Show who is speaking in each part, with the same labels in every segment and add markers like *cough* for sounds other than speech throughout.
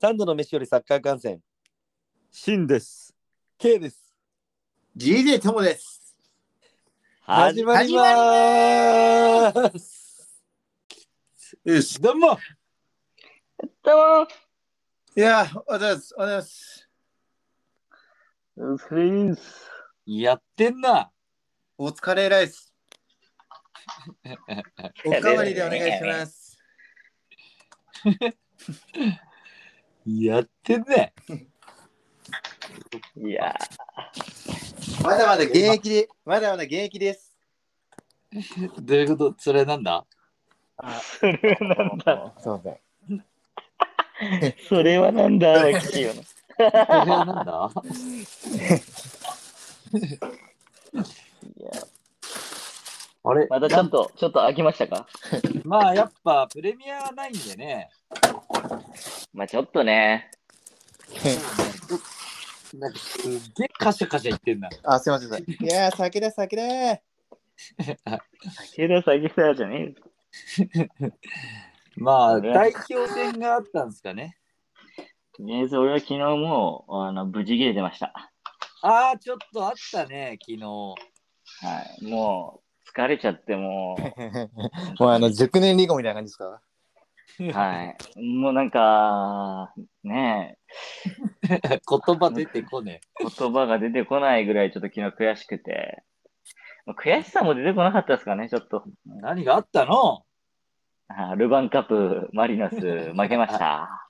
Speaker 1: 三度の飯よりサッカー観戦
Speaker 2: シンです。
Speaker 1: K です。
Speaker 3: GJ ともです。
Speaker 1: 始まりまーす。
Speaker 3: よし。
Speaker 1: どうも。
Speaker 4: ど
Speaker 3: いやー、おはようございます。おはようございます。
Speaker 4: うも、スリース。
Speaker 1: やってんな。
Speaker 3: お疲れライ *laughs* ス。おかわりでお願いします。
Speaker 1: やってんね。
Speaker 4: いや
Speaker 3: まだまだ現役で、まだまだ現役です。
Speaker 1: どういうことそれなんだ
Speaker 4: それはなんだ
Speaker 3: すいません。
Speaker 4: それはなんだ *laughs* おかしいよな。
Speaker 1: それはなんだ
Speaker 4: いや
Speaker 1: あれ
Speaker 4: またちょっと、ちょっと飽きましたか
Speaker 1: まあやっぱプレミアがないんでね。
Speaker 4: まあちょっとね。
Speaker 1: なんかすっげえカシャカシャ言ってんな。
Speaker 3: あ、すいません。いやー、酒だ、酒だ。
Speaker 4: 酒だ酒だじゃね
Speaker 1: まあ
Speaker 4: ね
Speaker 1: 代表戦があったんですかね。
Speaker 4: え。とりあえず俺は昨日もうあの無事切れてました。
Speaker 1: ああ、ちょっとあったね、昨日。
Speaker 4: はい。もう疲れちゃっても
Speaker 3: もうあの、熟年離婚みたいな感じですか
Speaker 4: *laughs* う、はい。もうなんか、ね
Speaker 1: 言葉出てこね
Speaker 4: え、言葉が出てこないぐらいちょっと昨日悔しくて。まあ悔しさも出てこなかったですかね、ちょっと。
Speaker 1: え。何があったの
Speaker 4: あルヴァンカップ、マリノス、負けました。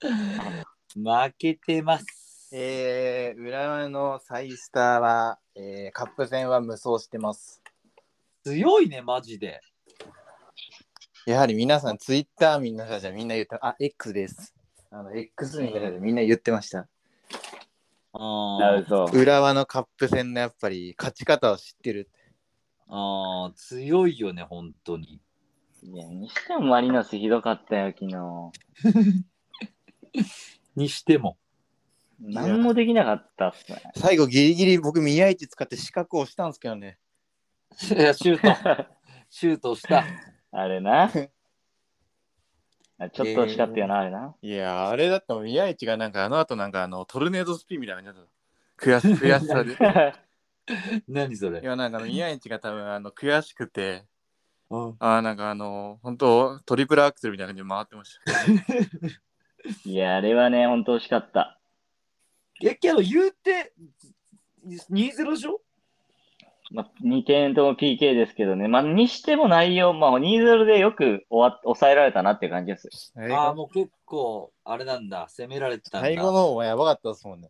Speaker 1: 負けてます。
Speaker 3: えー、浦和のサイスターは、えー、カップ戦は無双してます。
Speaker 1: 強いね、マジで。
Speaker 3: やはり皆さん、ツイッターみんなじゃみんな言って、あ、X です。あの、X みんなじゃみんな言ってました。
Speaker 4: な
Speaker 1: あ
Speaker 4: るほど。
Speaker 3: 浦和のカップ戦のやっぱり勝ち方を知ってる。
Speaker 1: あー強いよね、本当に。
Speaker 4: いや、にしてもマリノスひどかったよ、昨日。
Speaker 1: にしても。
Speaker 4: 何もできなかったっすね。
Speaker 3: 最後ギリギリ僕宮市使って四角をしたんですけどね。
Speaker 1: いやシュー *laughs* ト。シュートした。
Speaker 4: あ
Speaker 1: *laughs*
Speaker 4: れな。あちょっと惜しかったよな、あれな。
Speaker 3: いやーあれだってもう宮市がなんかあの後なんかあのトルネードスピンみたいな感じだった。悔し悔しさで。
Speaker 1: 何それ
Speaker 3: *laughs* い。やなんかあの宮市が多分あの悔しくて、
Speaker 1: うん
Speaker 3: あーなんかあの本当トリプルアクセルみたいな感じで回ってました。
Speaker 4: *laughs* いや、あれはね、ほんと惜しかった。
Speaker 1: え、けど言うて、2-0でしょ
Speaker 4: まあ、2点とも PK ですけどね。まあ、にしても内容、まあ、2-0でよく終わっ抑えられたなっていう感じです。
Speaker 1: ああ、もう結構、あれなんだ、攻められてたんだ。
Speaker 3: 最後の方はやばかったですもんね。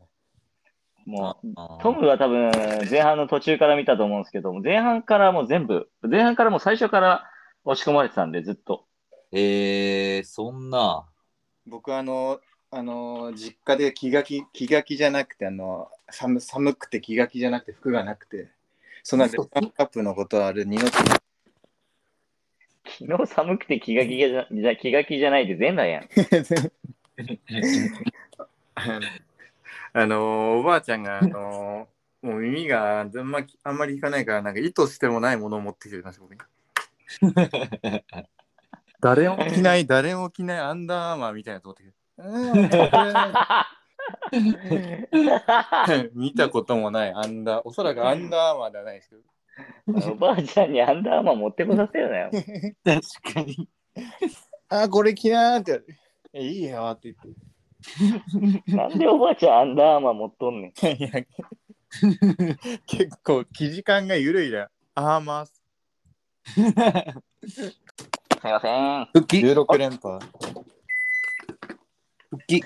Speaker 4: もう、
Speaker 1: あー
Speaker 4: トムは多分前半の途中から見たと思うんですけど、前半からもう全部、前半からもう最初から押し込まれてたんで、ずっと。
Speaker 1: えー、そんな。
Speaker 3: 僕あのあの実家で気が気気が気じゃなくてあの寒寒くて気が気じゃなくて服がなくてそんなで *laughs* ワールドカップのことはあれ二の次
Speaker 4: 昨日寒くて気が気がじゃじゃ気が気じゃないで全裸やん。
Speaker 3: *laughs* あのおばあちゃんが、あのもう耳があんまあんまり聞かないから、なんか意図してもないものを持ってきてくれました、僕に。誰も着ない、誰も着ないアンダーアーマーみたいなと思ってきて。うん *laughs* 見たこともないアンダー、おそらくアンダーアーマーではないですけど。
Speaker 4: おばあちゃんにアンダーマン持ってこさせるなよ。
Speaker 1: 確かに。
Speaker 3: あ、これ着なーって言われて。えいいよって
Speaker 4: なんでおばあちゃんアンダーマン持っとんねん。
Speaker 3: 言っていや。結構、生地感が緩いだ。アーマー
Speaker 4: すいません。
Speaker 1: 復帰
Speaker 3: 16連覇。
Speaker 1: 復帰。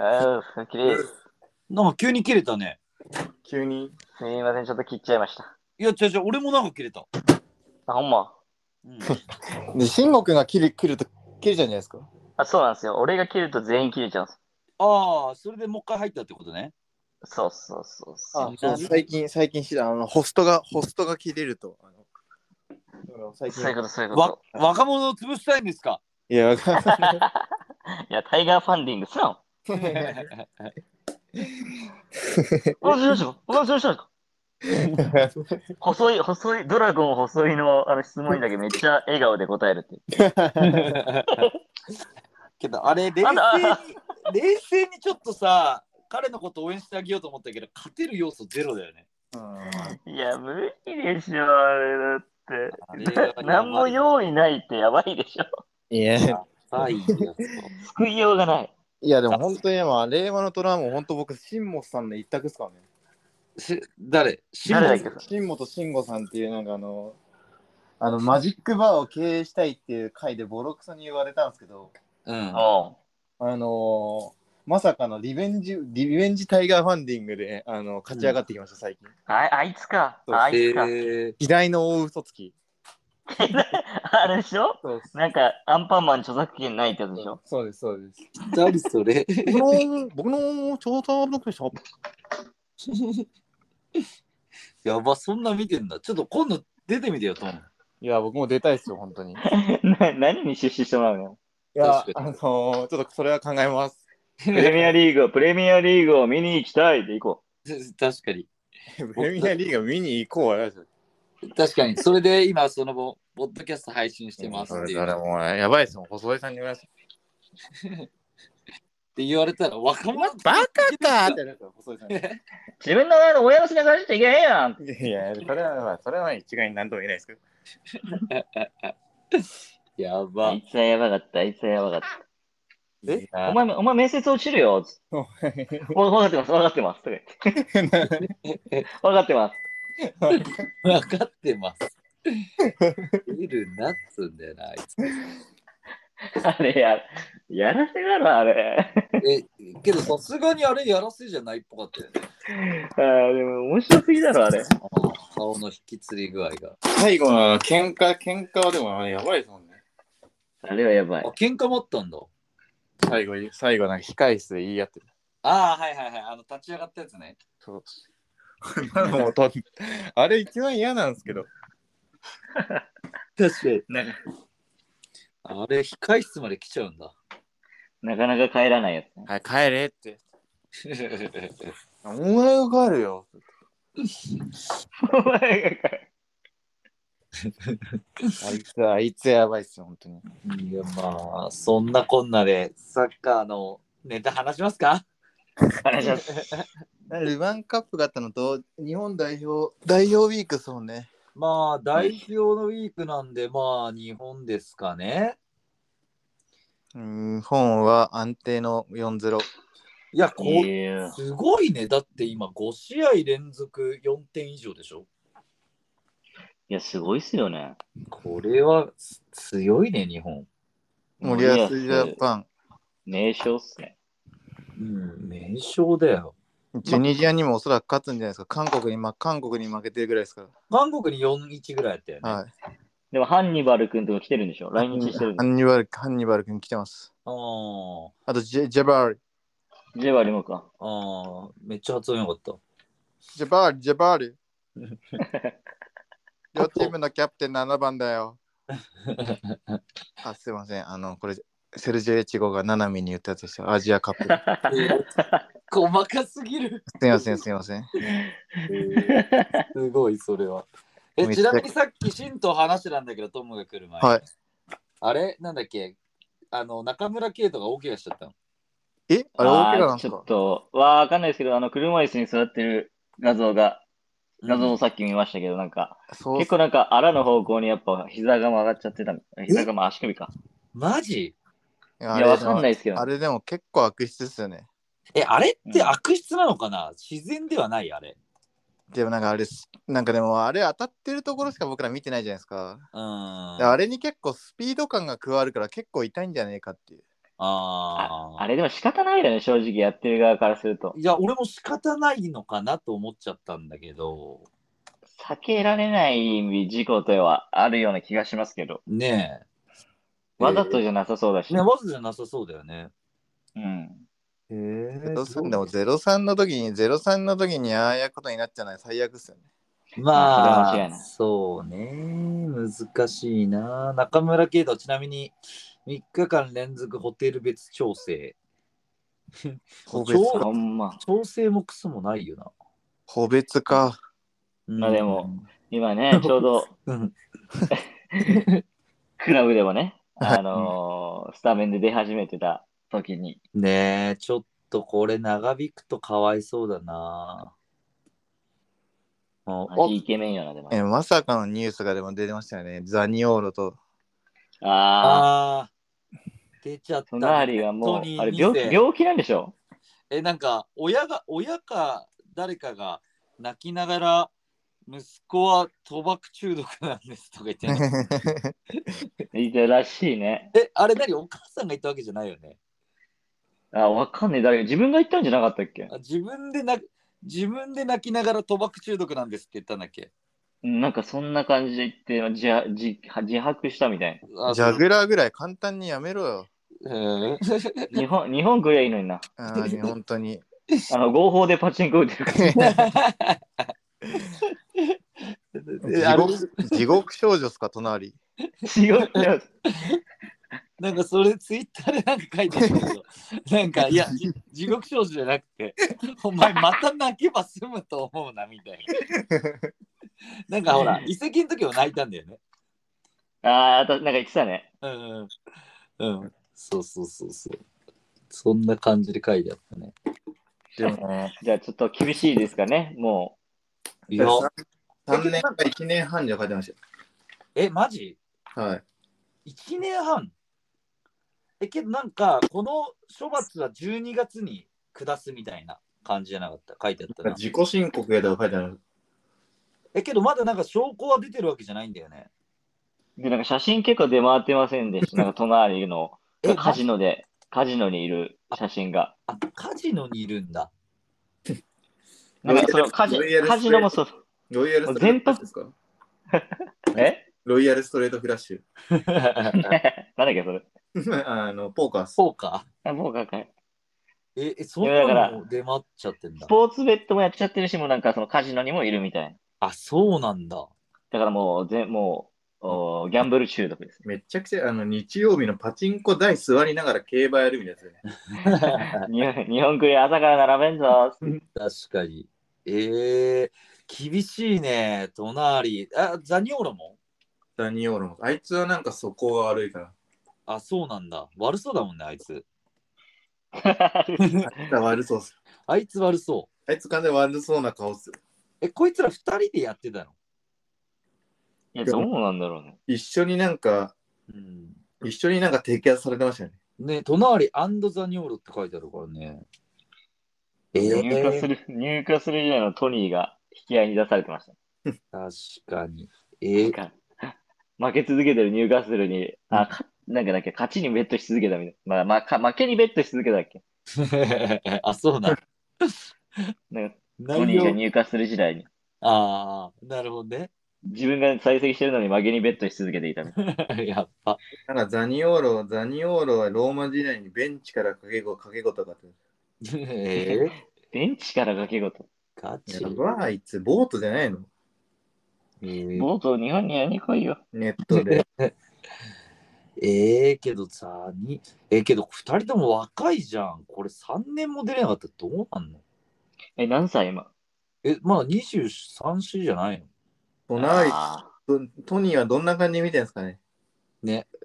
Speaker 4: あーすっきり
Speaker 1: なんか急に切れたね。
Speaker 3: 急に。
Speaker 4: すみません、ちょっと切っちゃいました。
Speaker 1: いや、違う違う、俺もなんか切れた。
Speaker 4: あ、ほんま。
Speaker 1: *laughs* うん、
Speaker 3: で、慎吾君が切る切ると切れちゃうんじゃないですか。
Speaker 4: あ、そうなんですよ。俺が切ると全員切れちゃうんです。
Speaker 1: ああ、それでもう一回入ったってことね。
Speaker 4: そうそうそうそう。
Speaker 3: あそう最近、最近知らんあの、ホストが、ホストが切れると。あの最近
Speaker 4: そういうこと、そういうこ
Speaker 1: わ
Speaker 4: と。
Speaker 1: 若者を潰したいんですか
Speaker 3: いや、わかんない
Speaker 4: や、タイガーファンディングすな。
Speaker 1: い
Speaker 3: *laughs*
Speaker 4: お話ししましたかお話ししましたか細い、細い、ドラゴン細いのあの質問にだけめっちゃ笑顔で答えるっていう。
Speaker 1: *laughs* けどあれ冷静
Speaker 4: あ
Speaker 1: に
Speaker 4: ら
Speaker 1: 冷静にちょっとさ彼のこと応援してあげようと思ったけど勝てる要素ゼロだよね。
Speaker 4: いや、無理でしょ、あれだ
Speaker 1: あれはや
Speaker 4: って。
Speaker 1: ばい
Speaker 4: 何も用意ないってやばいでしょ。
Speaker 3: いや、い
Speaker 1: はいいや
Speaker 4: 救いようがない。
Speaker 3: やでも本当に今、令和のトラも本当僕、
Speaker 5: シンモさんの一択ですからね。
Speaker 1: つし誰シモン
Speaker 4: 誰だっけ
Speaker 3: 新本慎吾さんっていうなんかあの、あのマジックバーを経営したいっていう回でボロクソに言われたんですけど、
Speaker 1: うん。
Speaker 4: おう
Speaker 3: あのーまさかのリベンジ、リベンジタイガーファンディングで、あの、勝ち上がってきました、最近。
Speaker 4: ああいつか。
Speaker 3: そう
Speaker 4: ああいつか。
Speaker 1: えー
Speaker 3: 嫌いの大嘘つき。
Speaker 4: あれでしょ
Speaker 3: そう
Speaker 4: なんか、アンパンマン著作権ないってやつでしょ
Speaker 3: そうです、そうです。
Speaker 1: 誰それ *laughs*
Speaker 3: 僕の、僕の、超タブロックでしょ。
Speaker 1: やばそんな見てんだ。ちょっと今度出てみてよトム。
Speaker 3: いや、僕も出たいですよ、本当に。い
Speaker 4: *laughs* な何に出資してもらうの
Speaker 3: や、
Speaker 1: 確か
Speaker 3: あ
Speaker 1: に
Speaker 3: のーちょっとそれは考えます。
Speaker 4: *laughs* プレミアリーグを、プレミアリーグを見に行きたいで行こ
Speaker 1: 確かに。
Speaker 3: *laughs* プレミアリーグ見に行こうはやらせて
Speaker 1: 確かに。それで今その後ポッドキャスト配信してますっていう。
Speaker 3: それ
Speaker 1: っ
Speaker 3: もうやばいですよ、細江さんに言われます。
Speaker 1: て言われたら若者
Speaker 3: バカだってなるから細江さんに。
Speaker 4: う。自分の親の背中走っちゃいけへんやん。
Speaker 3: いや、それは、まあ、それは一概に何とも言えないですけど。
Speaker 1: や
Speaker 4: あ
Speaker 1: ば。
Speaker 4: いつはやばかった、あいつはやばかった。
Speaker 3: え
Speaker 1: いや
Speaker 4: お前、お前面接落ちるよ。つって
Speaker 3: お *laughs*
Speaker 4: わ分かってます、分かってます。とか言って *laughs* 分かってます。
Speaker 1: わかってます。いるなっつうんだよな、あいつ。
Speaker 4: あれや、やらせだろ、あれ。
Speaker 1: え、けどさすがにあれやらせじゃないっぽかったよね。
Speaker 4: あーでも面白すぎだろ、あれ。
Speaker 1: 顔の引きつり具合が。
Speaker 5: 最後の喧嘩、喧嘩はでもあれやばいですもんね。
Speaker 4: あれはやば
Speaker 1: あ
Speaker 4: い。、
Speaker 1: 喧嘩もあったんだ。
Speaker 3: 最後、最後、なんか控え室で言い合ってる。
Speaker 1: ああ、はいはいはい。あの、立ち上がったやつね。
Speaker 3: そう。 *laughs* もうとあれ一番嫌なんですけど。
Speaker 1: 確かに。
Speaker 4: なか
Speaker 1: あれ、控室まで来ちゃうんだ。
Speaker 4: なかなか帰らないやつ *laughs* ね。
Speaker 3: はい、帰れって。お前が帰るよ。
Speaker 4: お前が帰
Speaker 3: あいつ、あいつやばいっすよ、本当に。
Speaker 1: いや、まあ、そんなこんなで、サッカーのネタ話しますか
Speaker 4: 話します。
Speaker 3: ルヴァンカップがあったのと、日本代表、代表ウィークそうね。
Speaker 1: まあ、代表のウィークなんで、まあ、日本ですかね。
Speaker 3: 日本は安定の4-0。
Speaker 1: いや、こう
Speaker 4: いや
Speaker 1: すごいね。だって今5試合連続4点以上でしょ
Speaker 4: いや、すごいっすよね。
Speaker 1: これはす強いね、日本。
Speaker 3: 森保ジャパン。
Speaker 4: 名称っすね。
Speaker 1: うん、名勝だよ。
Speaker 3: チュニジアにもおそらく勝つんじゃないですか。韓国に、ま、韓国に負けてるぐらいですか
Speaker 1: 韓国に4-1ぐらいやったよね。
Speaker 3: ら。はい。
Speaker 4: でも、ハンニバル君とか来てるんでしょ来日してるん
Speaker 3: ハ
Speaker 4: で
Speaker 3: ンニバル、ハンニバル君来てます。
Speaker 1: あー
Speaker 3: あとジェ、ジェバール、
Speaker 4: ジェバリもか。
Speaker 1: あー、めっちゃ発音よかった。
Speaker 3: ジェバール、ジェバ
Speaker 4: *laughs*
Speaker 3: ール。両チームのキャプテン7番だよ。あ、すいません。あの、これ、セルジェ・エチゴが七海に言ったやつですよ。アジアカップ。す
Speaker 1: 細かすぎる。
Speaker 3: いません、すいませ
Speaker 4: *laughs*
Speaker 3: ん。
Speaker 1: すごい、それは。え、
Speaker 3: めっ
Speaker 1: ち
Speaker 3: ちゃ
Speaker 1: なみにさっき、シンと話してたんだけど、トムが来る前に。
Speaker 3: はい
Speaker 1: あれなんだっけあの、中村圭人が大怪我しちゃったの。
Speaker 3: えあれ、大怪我なんです
Speaker 4: あーちょ
Speaker 3: か
Speaker 4: っと、わーかんないですけど、あの、車椅子に座ってる画像が、画像をさっき見ましたけど、なんか、
Speaker 3: そう
Speaker 4: 結構なんか、あらの方向にやっぱ膝が曲がっちゃってたみたい。膝が、まあ足首か。
Speaker 1: マジ
Speaker 3: い
Speaker 4: い
Speaker 3: や。
Speaker 4: や、わかんないいですけど
Speaker 3: あ。れでも結構悪質ですよね。
Speaker 1: え、あれって悪質なのかな、自然ではないあれ。
Speaker 3: でもなんかあれす、なんかでもあれ当たってるところしか僕ら見てないじゃないですか。
Speaker 1: うん。
Speaker 3: であれに結構スピード感が加わるから結構痛いんじゃねえかっていう。
Speaker 1: あ
Speaker 4: あ
Speaker 1: あ
Speaker 4: あれでも仕方ないよね、正直やってる側からすると。
Speaker 1: いや、俺も仕方ないのかなと思っちゃったんだけど、
Speaker 4: 避けられない事故とはあるような気がしますけど、
Speaker 1: ねえ。
Speaker 4: わざとじゃなさそうだし。
Speaker 1: ね、わざじゃなさそうだよね。
Speaker 4: うん。
Speaker 1: へ
Speaker 3: 03でも03の時に、03の時にああいうことになっちゃうのは最悪っすよね。
Speaker 1: ま
Speaker 4: それは間違い
Speaker 1: あ、
Speaker 4: ない
Speaker 1: そうね。難しいな。中村圭太、ちなみに3日間連続ホテル別調整。
Speaker 3: 個
Speaker 1: 別
Speaker 3: 別
Speaker 1: か
Speaker 3: か。
Speaker 4: ほんま。
Speaker 1: 調整もクソもないよな。
Speaker 3: 個別か。
Speaker 1: うん
Speaker 4: まあでも、今ね、ちょうど
Speaker 1: うん、
Speaker 4: クラブでもね、あのースタメンで出始めてた時に、
Speaker 1: ねえ、ちょっとこれ長引くとかわいそうだな。あ
Speaker 4: マジイケメンよな、でも。
Speaker 3: えまさかのニュースがでも出てましたよね。ザニオーロと。
Speaker 4: ああ、
Speaker 1: あー出ちゃった
Speaker 4: そ
Speaker 1: ね。
Speaker 4: のありはも
Speaker 1: トニ
Speaker 4: う、
Speaker 1: ー
Speaker 4: あれ
Speaker 1: 二世
Speaker 4: 病気、病気なんでしょ
Speaker 1: え、なんか、親が、親か誰かが泣きながら、息子は賭博中毒なんですとか言って
Speaker 5: *laughs*
Speaker 3: *laughs*
Speaker 1: ない
Speaker 4: いたらしいね。
Speaker 1: え、あれ何お母さんが言ったわけじゃないよね。
Speaker 4: あ、わかんねえ。誰が自分が言ったんじゃなかったっけ
Speaker 1: あ自分で泣自分で泣きながら賭博中毒なんですって言ったんだっけ
Speaker 4: うんなんかそんな感じで言って、自白自自白したみたい
Speaker 1: あ
Speaker 3: ジャグラーぐらい簡単にやめろよ。
Speaker 1: うん
Speaker 4: な。日本、日本くれいいのにな。
Speaker 1: *laughs*
Speaker 3: あー本当に。
Speaker 4: あの、合法でパチンコ打って
Speaker 3: *laughs*
Speaker 4: るから。
Speaker 1: え
Speaker 3: 地
Speaker 1: あれ
Speaker 3: 獄地獄少女っすか、隣。
Speaker 4: 違う違う。
Speaker 1: なんかそれツイッターでなんか書いてるけ *laughs* ど、なんかいや、じ地獄少女じゃなくて、お前また泣けば済むと思うなみたい *laughs* な。なんかほら、遺跡の時も泣いたんだよね。
Speaker 4: ああ、たなんか言ってたね。
Speaker 1: うんうん。うん。そうそうそうそう。そんな感じで書いてあったね。
Speaker 3: でも、
Speaker 4: じゃあちょっと厳しいですかね。も
Speaker 1: いや、
Speaker 5: 3年か1年半じゃ書いてまし
Speaker 1: え、マジ
Speaker 5: た。はい。
Speaker 1: 1年半えけどなんかこの処罰は12月に下すみたいな感じじゃなかった書いてあったな
Speaker 5: 自己申告やったら書いてある。
Speaker 1: えけどまだなんか証拠は出てるわけじゃないんだよね
Speaker 4: う、で、なんか写真結構出回ってませんでした。なんか隣の、
Speaker 1: え
Speaker 4: カジノで、カジノにいる写真が。
Speaker 1: あカジノにいるん
Speaker 4: *laughs*
Speaker 1: だ
Speaker 4: なんかそのカジ
Speaker 5: ロイヤルストレート
Speaker 4: カジノもそう。
Speaker 5: ロイヤルストレートフラッシュですか
Speaker 4: え
Speaker 5: ロイヤルストレートフラッシ
Speaker 4: *laughs* なんだっけ、それ。
Speaker 5: ュ。 *laughs* あの、ポーカーっす。
Speaker 1: そうか
Speaker 4: あもうかか
Speaker 1: ええそん
Speaker 4: いやだか
Speaker 1: な
Speaker 4: ら
Speaker 1: の出回っちゃってんだ
Speaker 4: スポーツベッドもやっちゃってるし、もうなんかそのカジノにもいるみたいな。
Speaker 1: あそうなんだ
Speaker 4: だからもう、ぜもう、おーギャンブル中毒です。
Speaker 5: めっちゃくちゃ、あの、日曜日のパチンコ台座りながら競馬やるみたいなやつね。
Speaker 4: 日本日本国朝から並べんぞ。
Speaker 1: 確かにえー、厳しいね隣あザニオーラも
Speaker 5: ダニオーロも。あいつはなんかそこが悪いから。
Speaker 1: あそうなんだ悪そうだもんねあいつ
Speaker 4: *laughs*
Speaker 5: あいつは悪そうっす。
Speaker 1: あいつ悪そう
Speaker 5: あいつ完全に悪そうな顔っす。
Speaker 1: えこいつら2人でやってたの
Speaker 4: いや、どうなんだろうね。
Speaker 5: 一緒になんか、
Speaker 1: うん
Speaker 5: 一緒になんか摘発されてましたよね。
Speaker 1: ね、隣アンドザニョーロって書いてあるからね。え
Speaker 4: 入荷す
Speaker 1: ー、
Speaker 4: る、入荷する時代のトニーが引き合いに出されてました。
Speaker 1: 確かに。えー、
Speaker 4: 負け続けてるニューカッスルに、あ、かなんかだっけ、勝ちにベットし続けたみたいな。まあ、まあか、負けにベットし続けたっけ。 *laughs*
Speaker 1: あ、そうなんだ。
Speaker 4: なんかト
Speaker 1: 内
Speaker 4: ニーが
Speaker 1: 容
Speaker 4: 入荷する時代に、
Speaker 1: ああ、なるほどね。
Speaker 4: 自分が在籍してるのに負けにベットし続けていたみたい
Speaker 1: *laughs* やっ *laughs* ぱ。
Speaker 5: なんかザニオーロ、ザニオーロはローマ時代にベンチから掛け子、掛け子とかって。
Speaker 1: えー、
Speaker 4: な。ベンチから掛け事。
Speaker 1: ガチ
Speaker 5: や。ばい、あいつ、ボートじゃないの
Speaker 1: えー、
Speaker 4: ボートを日本にやりに来いよ。
Speaker 5: ネットで。
Speaker 1: えー、けどザニ、えー、けど2人とも若いじゃん。これ3年も出れなかったらどうなんの
Speaker 4: え、何歳今
Speaker 1: え、まだ23歳じゃないの
Speaker 5: 隣、
Speaker 4: あ
Speaker 5: トニーはどんな感じで見てるんですかね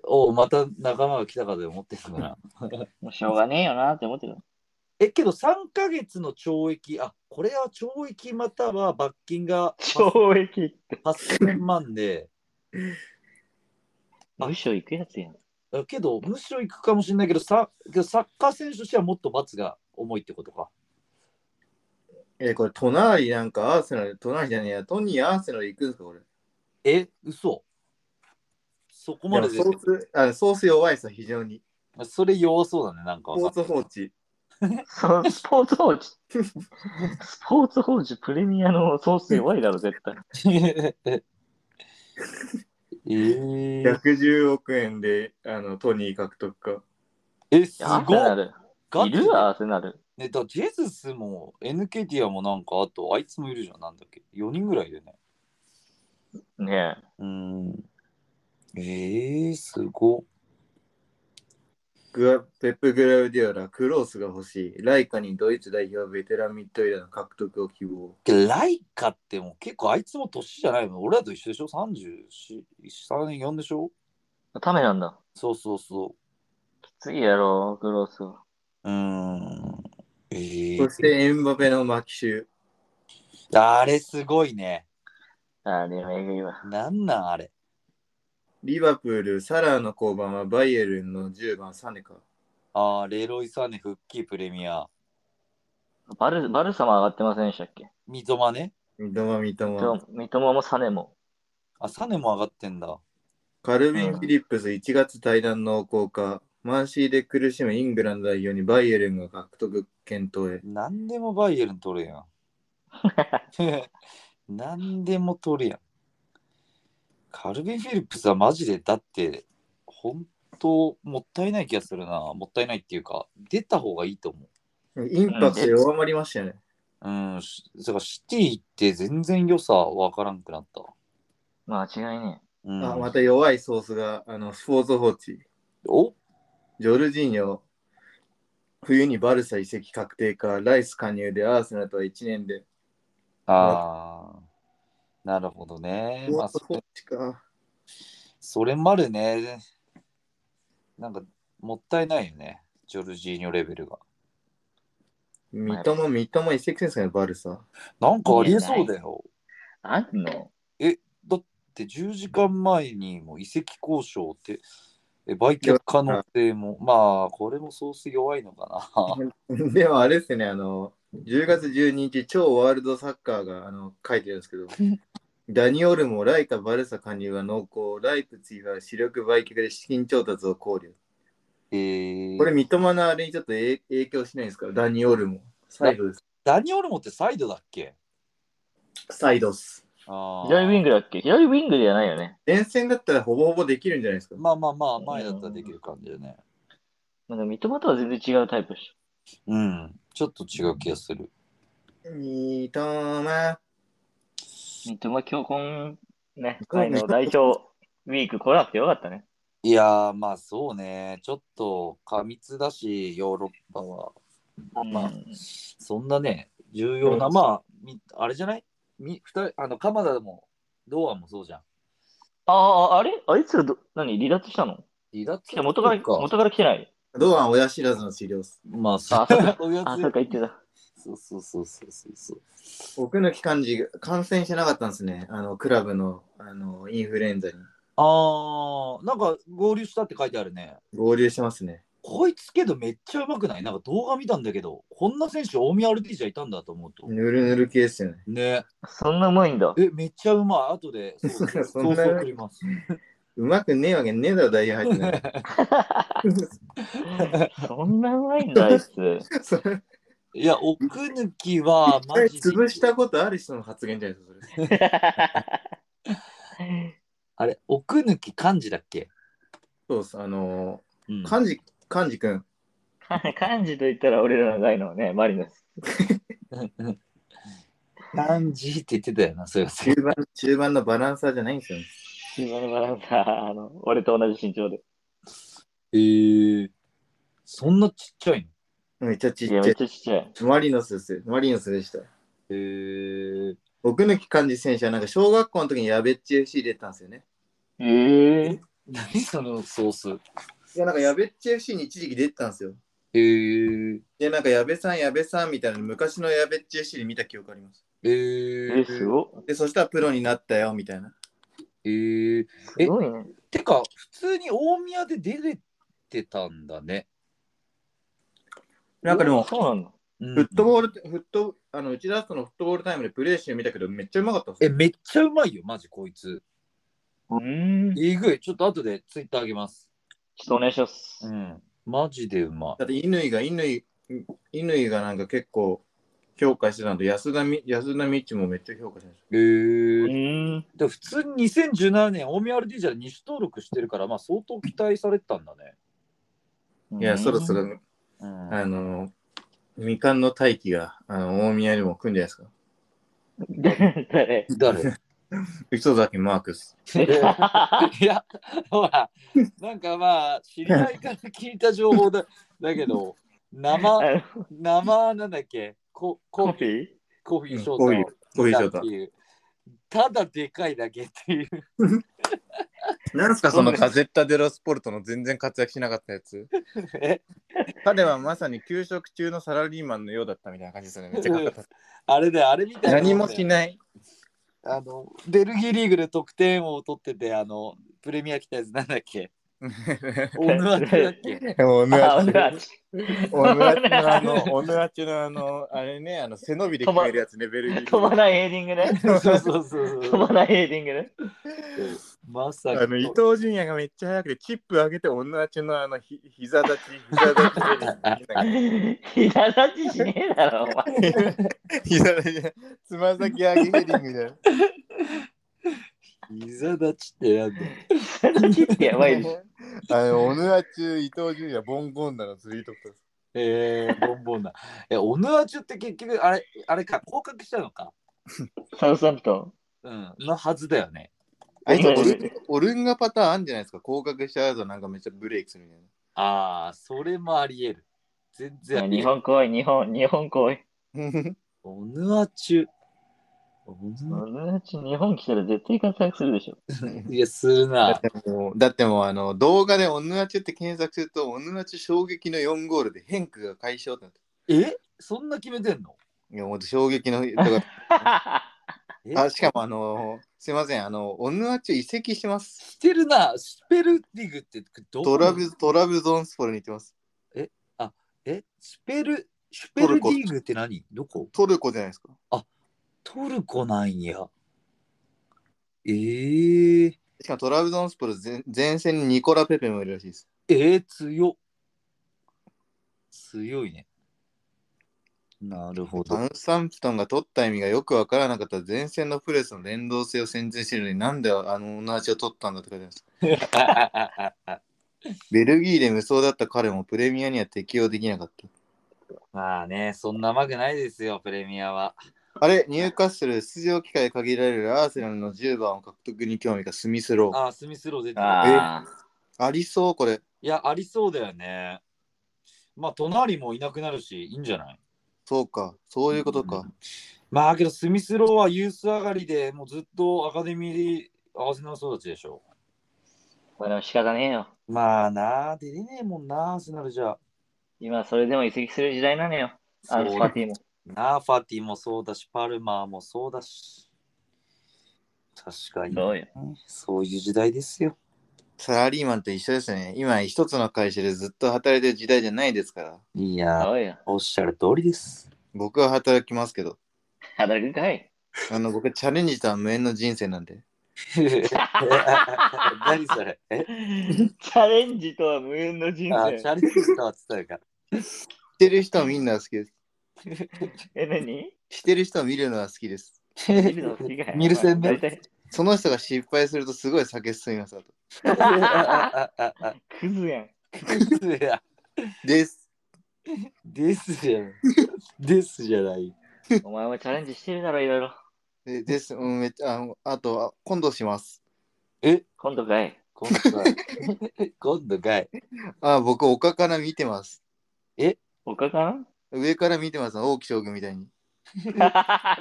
Speaker 1: おうまた仲間が来たかで思ってるから。 *laughs*
Speaker 4: ーもうしょうがねえよなって思ってた。
Speaker 1: え、けど3ヶ月の懲役、あ、これは懲役または罰金が
Speaker 4: 懲役って。
Speaker 1: 8000万で、
Speaker 4: むしろ行くやつやん。
Speaker 1: あけど、むしろ行くかもしれないけど、さけどサッカー選手としてはもっと罰が重いってことか。
Speaker 5: えこれ、隣なんかアーセナル、隣じゃねえや、トニーアーセナル行くんですか、これ。
Speaker 1: え、嘘そこまで
Speaker 5: で
Speaker 1: で
Speaker 5: もソースあソース弱いさ、非常に。
Speaker 1: それ弱そうだね、なんか
Speaker 5: スポー
Speaker 1: わか
Speaker 5: ツ
Speaker 1: んな
Speaker 5: 放
Speaker 1: い
Speaker 5: 置。
Speaker 4: そうスポー
Speaker 1: *laughs*
Speaker 4: ツ報知。スポーツ報知プレミアのソース弱いだろ、絶対。
Speaker 1: *laughs* えー、
Speaker 5: 110億円であのトニー獲得か。
Speaker 1: え、す
Speaker 4: アーセ
Speaker 1: ごい
Speaker 4: ナル。
Speaker 1: ガ
Speaker 4: い
Speaker 1: チで
Speaker 4: るアーセナル。
Speaker 1: ね、だジェズスも NKT アもなんか、あとあいつもいるじゃん、なんだっけ。4人ぐらいでね。
Speaker 4: ねえ。
Speaker 1: うん。えー、すごっ。
Speaker 3: グアペップ・グラウディオラ、クロースが欲しい。ライカにドイツ代表ベテランミッドイラーの獲得を希望。
Speaker 1: でライカってもう結構あいつも年じゃないの俺らと一緒でしょ ?34、4でしょ
Speaker 4: ためなんだ。
Speaker 1: そうそうそ
Speaker 4: きついやろ、グロースは。
Speaker 1: う。うーん。え
Speaker 3: そしてエンバペのマキシュ。
Speaker 1: ー、あれすごいね。
Speaker 4: あれ、めぐいわ。
Speaker 1: なんなんあれ。
Speaker 3: リバプール、サラーの交番はバイエルンの10番サネカ。
Speaker 1: ああ、レロイサネ復帰プレミア。
Speaker 4: バル、バルサも上がってませんでしたっけ
Speaker 1: 三笘ね。
Speaker 3: 三笘、三
Speaker 4: 今
Speaker 3: 笘。
Speaker 4: 日、三笘もサネも。
Speaker 1: あ、サネも上がってんだ。
Speaker 3: カルビン・フィリップス1月対談濃厚化。マンシーで苦しむイングランド代表にバイエルンが獲得検討へ。
Speaker 1: なんでもバイエルン取る
Speaker 3: *laughs*
Speaker 1: やん。なんでも取るやん。カルビン・フィリップスはマジで、だって、本当もったいない気がするな。もったいないっていうか、出た方がいいと思う。
Speaker 3: インパクト弱まりましたよね。
Speaker 1: うん、しだからシティ行って全然良さわからんくなった。
Speaker 4: 間違いね
Speaker 1: うん、
Speaker 3: あまた弱いソースがあのスポーツ報知。
Speaker 1: お
Speaker 3: ジョルジーニョ、冬にバルサ移籍確定か、ライス加入でアーセナルとは1年で。
Speaker 1: ああ、なるほどね。まあ
Speaker 3: ス
Speaker 1: そ
Speaker 3: ポーツ報知か。
Speaker 1: それまでね、なんかもったいないよね、ジョルジーニョレベルが。
Speaker 3: 三笘、三笘移籍戦ですかね、バルサ。 *laughs*
Speaker 1: なんかありえそうだよ。
Speaker 4: え。あんの
Speaker 1: だって10時間前にも移籍交渉って、え売却可能性も、まあこれもソース弱いのかな。 *laughs*
Speaker 3: でもあれですね、あの、10月12日、超ワールドサッカーがあの書いてるんです
Speaker 1: *laughs*
Speaker 3: けど、ダニオルもライカ・バルサ加入は濃厚、ライプツィは主力売却で資金調達を考慮。
Speaker 1: えー、
Speaker 3: これ、三笘のあれにちょっとえ影響しないんですかダニオルも。サイドです。
Speaker 1: ダニオルモってサイドだっけ
Speaker 3: サイドっす。
Speaker 1: あー
Speaker 4: 左ウィングだっけ左ウィングではないよね。
Speaker 3: 前線だったらほぼほぼできるんじゃないですか
Speaker 1: まあまあまあ、前だったらできる感じだね。
Speaker 4: まあ、でも三笘とは全然違うタイプでし
Speaker 1: うん、ちょっと違う気がする。
Speaker 3: 三笘。
Speaker 4: ょ。三笘今日こん、ね、回の代表ウィーク来なくてよかったね。
Speaker 1: いやー、まあそうね、ちょっと過密だし、ヨーロッパは。まあ
Speaker 4: うん、
Speaker 1: そんなね、重要な、
Speaker 3: うん
Speaker 1: まあ、みあれじゃないみ二人あの鎌田も堂安もそうじゃん。
Speaker 4: ああ、あれあいつど、何離脱したの
Speaker 1: 離脱
Speaker 4: 来て元から、元から来てない。
Speaker 3: 堂安親知らずの治療っす。
Speaker 1: まあ、そ
Speaker 4: あ
Speaker 1: う
Speaker 4: そうか
Speaker 1: そういう
Speaker 4: あ、
Speaker 1: や
Speaker 4: そうか言ってた。
Speaker 1: つそうそうそうそうそうそう。
Speaker 3: 奥貫幹事が感染してなかったんですね。あの、クラブの、あの、インフルエンザに。
Speaker 1: あー、なんか合流したって書いてあるね。
Speaker 3: 合流してますね。
Speaker 1: こいつけどめっちゃうまくないなんか動画見たんだけど、こんな選手、大宮アルディージャいたんだと思うと。
Speaker 3: ぬるぬる系っすよね。
Speaker 1: ね
Speaker 4: そんなうまいんだ。
Speaker 1: え、めっちゃうまい。後で、
Speaker 4: *laughs*
Speaker 1: そうそう、
Speaker 3: そんな
Speaker 1: 送ります。
Speaker 3: うまくねえわけねえだろ、代表入ってない。
Speaker 4: そんなうまいんだ、あいつ。 *laughs*
Speaker 3: それ、
Speaker 1: いや、奥抜きは、
Speaker 3: 一
Speaker 1: マ
Speaker 3: 回
Speaker 1: ジで。
Speaker 3: 潰したことある人の発言じゃないですか、それ。
Speaker 1: あれ、奥抜き漢字だっけ、
Speaker 3: そうっす。あの、
Speaker 1: うん、
Speaker 3: 幹事、幹事くん。
Speaker 4: 漢字と言ったら俺らの代のね、マリノス。
Speaker 1: 漢字って言ってたよな、そうい
Speaker 3: 中盤、中盤のバランサーじゃないんですよ、ね。
Speaker 4: 今のバランサー、あの、俺と同じ身長で。
Speaker 1: えー、そんなちっちゃいの
Speaker 3: めっちゃちっ
Speaker 4: い
Speaker 3: ちゃ
Speaker 4: や、めっ
Speaker 3: い。
Speaker 4: ちゃちっちゃい。
Speaker 3: マリノスですよ。マリノスでした。
Speaker 1: えー、
Speaker 3: 奥貫幹事選手は、なんか小学校の時にやべっち FC 出たんですよね。
Speaker 4: ええ
Speaker 1: 何そのソース。
Speaker 3: いや、なんかやべっち FC に一時期出てたんですよ。
Speaker 1: えー、
Speaker 3: で、なんか、矢部さん、矢部さんみたいな、昔の矢部っちゅうシリ見た記憶あります。
Speaker 1: えー、
Speaker 4: え、すご
Speaker 3: で、そしたらプロになったよ、みたいな。
Speaker 1: えー、
Speaker 4: すごいね。
Speaker 1: てか、普通に大宮で出れてたんだね。
Speaker 3: なんかでも、
Speaker 4: そうなんだ。
Speaker 1: うん
Speaker 3: フットボール、フット、あの、内田とのフットボールタイムでプレーして見たけど、めっちゃうまかったっす
Speaker 1: え、めっちゃうまいよ、マジこいつ。
Speaker 4: うーん。ちょ
Speaker 1: えぐい。ちょっと後でツイッターあげます。
Speaker 4: っとお願いします。
Speaker 1: ん。マジでうまい。
Speaker 3: だって、乾が、乾、乾がなんか結構評価してたんで、安田み、安田みちもめっちゃ評価してました。
Speaker 1: えー
Speaker 4: う、ーん。
Speaker 1: で普通に2017年、大宮 RD じゃ2種登録してるから、まあ、相当期待されてたんだね。
Speaker 3: いや、そろそ。ろ、
Speaker 1: うん
Speaker 3: あの、未完の大器が、あの、大宮にも来るんじゃないですか。
Speaker 4: 誰
Speaker 1: 誰
Speaker 5: 磯崎マークス。
Speaker 1: いや、ほら、なんかまあ、知り合いから聞いた情報だだけど、生、生なんだっけ、ココ
Speaker 4: コ
Speaker 1: ーヒー、
Speaker 4: ー
Speaker 1: コーヒーショ
Speaker 5: コーヒー
Speaker 1: ー
Speaker 5: コーヒーショータ
Speaker 1: タっていう。ただでかいだけっていう。
Speaker 5: なんすか
Speaker 3: そのカゼッタ・デロスポルトの全然活躍しなかったやつ。
Speaker 1: え
Speaker 3: 彼はまさに休職中のサラリーマンのようだったみたいな感じですよね。めっちゃかっこよかっ
Speaker 1: あれで、あれみた
Speaker 3: た
Speaker 1: いなもんだよ。
Speaker 3: 何もし *laughs* ない。
Speaker 1: あの、ベルギーリーグで得点王を取ってて、あの、プレミア来たやつなんだっけオヌアキだっけ
Speaker 3: オヌア
Speaker 4: あオ
Speaker 3: チ
Speaker 4: ヌアチ
Speaker 3: オヌアチのあの、オヌアチのあの、あれね、あの背伸びで決めるやつね、ベルギー
Speaker 4: 飛ば
Speaker 3: の。
Speaker 4: ないヘディングね。
Speaker 1: そうそうそうそう
Speaker 4: 飛ばないヘディングね。
Speaker 1: *laughs* まさか
Speaker 3: あの伊藤純也がめっちゃ速くて、チップ上げて、オヌアチのあのひ膝立ち、膝立ちで
Speaker 4: 膝立ちしねえだろ、お前。
Speaker 3: 膝立ち、つま先上げヘディングだよ。
Speaker 1: 膝立ちってなんだ
Speaker 4: 膝立ちってやばいでしょ。
Speaker 3: *laughs* あの、オヌアチ、伊藤純也、ボンゴンダのスリートップ。
Speaker 1: えー、ボンボンだ。え、オヌアチュって結局、あれ、あれか、降格したのか。
Speaker 4: サウサンプト
Speaker 1: うん、のはずだよね。
Speaker 3: あいつオルオルンガパターンあるんじゃないですか降格しちゃうとなんかめっちゃブレイクするみたいな。
Speaker 1: ああ、それもあり得る。全
Speaker 4: ン。まあ
Speaker 1: 然あり
Speaker 4: 日
Speaker 1: 得る。
Speaker 4: 本来い、日本、日本来い。
Speaker 1: *laughs* オヌアチュ。オヌ
Speaker 4: 俺たち日本来たら絶対活躍するでしょ。
Speaker 1: いや、するな。
Speaker 3: もうだってもうあの動画でオヌアチュって検索するとオヌアチュ衝撃の4ゴールでヘンクが解消ってなって
Speaker 1: えそんな決めてんの
Speaker 3: いやもう衝撃
Speaker 1: *laughs*
Speaker 3: のだか
Speaker 1: え
Speaker 3: らあしかもあのすいませんあのオヌアチュ移籍します
Speaker 1: してるな。スペルリグってどこ
Speaker 3: トラブトラブゾンスポルに行ってます
Speaker 1: えスペル、スペルリーグって何どこ
Speaker 3: トルコじゃないですか
Speaker 1: トルコなんや。えー、
Speaker 3: しかもトラブゾンスポル前前線にニコラ・ペペもいるらしいです
Speaker 1: えー、強っ。強いね。なるほ
Speaker 3: サ
Speaker 1: ど。
Speaker 3: ンサンプトンが取った意味がよくわからなかった前線のプレスの連動性を宣伝してるのになんであのオヌアチュを取ったんだって書いてますベルギーで無双だった彼もプレミアには適用できなかった。
Speaker 1: まあね、そんな甘くないですよ、プレミアは。
Speaker 3: あれ、ニューカッスル出場機会限られるアーセナルの10番を獲得に興味がスミスロー。
Speaker 1: ああ、スミスロー出てる。
Speaker 4: あ
Speaker 3: ありそう、これ。
Speaker 1: いや、ありそうだよね。まあ、隣もいなくなるし、いいんじゃない
Speaker 3: そうか、そういうことか。
Speaker 1: まあ、けど、スミスローはユース上がりでもうずっとアカデミーで合わせの育ちでしょ。
Speaker 4: あ、これは仕方ねえよ。
Speaker 1: まあなあ、出れねえもんな、アーセナルじゃ。
Speaker 4: 今それでも移籍する時代なのよ。アンスパティも。
Speaker 1: なあ、ファティもそうだし、パルマーもそうだし。確かに、
Speaker 4: そうよ。
Speaker 1: そういう時代ですよ。
Speaker 3: サラリーマンと一緒ですね。今、一つの会社でずっと働いてる時代じゃないですから。
Speaker 1: いやー、
Speaker 4: そうよ。
Speaker 1: おっしゃる通りです。 *laughs*
Speaker 3: 僕は働きますけど。
Speaker 4: 働くかい。
Speaker 3: *laughs* あの、僕、チャレンジとは無縁の人生なんで。
Speaker 1: 何それえ
Speaker 4: チャレンジとは無縁の人
Speaker 1: あ、チ
Speaker 4: 生。
Speaker 1: ャレンジしたわって言ったか
Speaker 3: 知ってる人はみんな好きです。
Speaker 4: え、何
Speaker 3: 知ってる人を見るのは好きです。
Speaker 4: 見るの好きかい。
Speaker 1: 見る専門
Speaker 4: 大体
Speaker 3: その人が失敗するとすごい酒進みます。あと
Speaker 1: ら。
Speaker 4: クズやん。
Speaker 3: です。
Speaker 1: *laughs* ですじゃん。ですじゃない。
Speaker 4: お前はチャレンジしてるだろ、いろいろ。
Speaker 3: でです。うん、めっちゃ、あのあとは、今度します。
Speaker 4: 今度かい。
Speaker 1: 今度かい。今度かい。
Speaker 3: あ、僕、丘から見てます。
Speaker 4: 他か
Speaker 3: 上から見てます。大木将軍みたいに。
Speaker 4: な
Speaker 1: *laughs*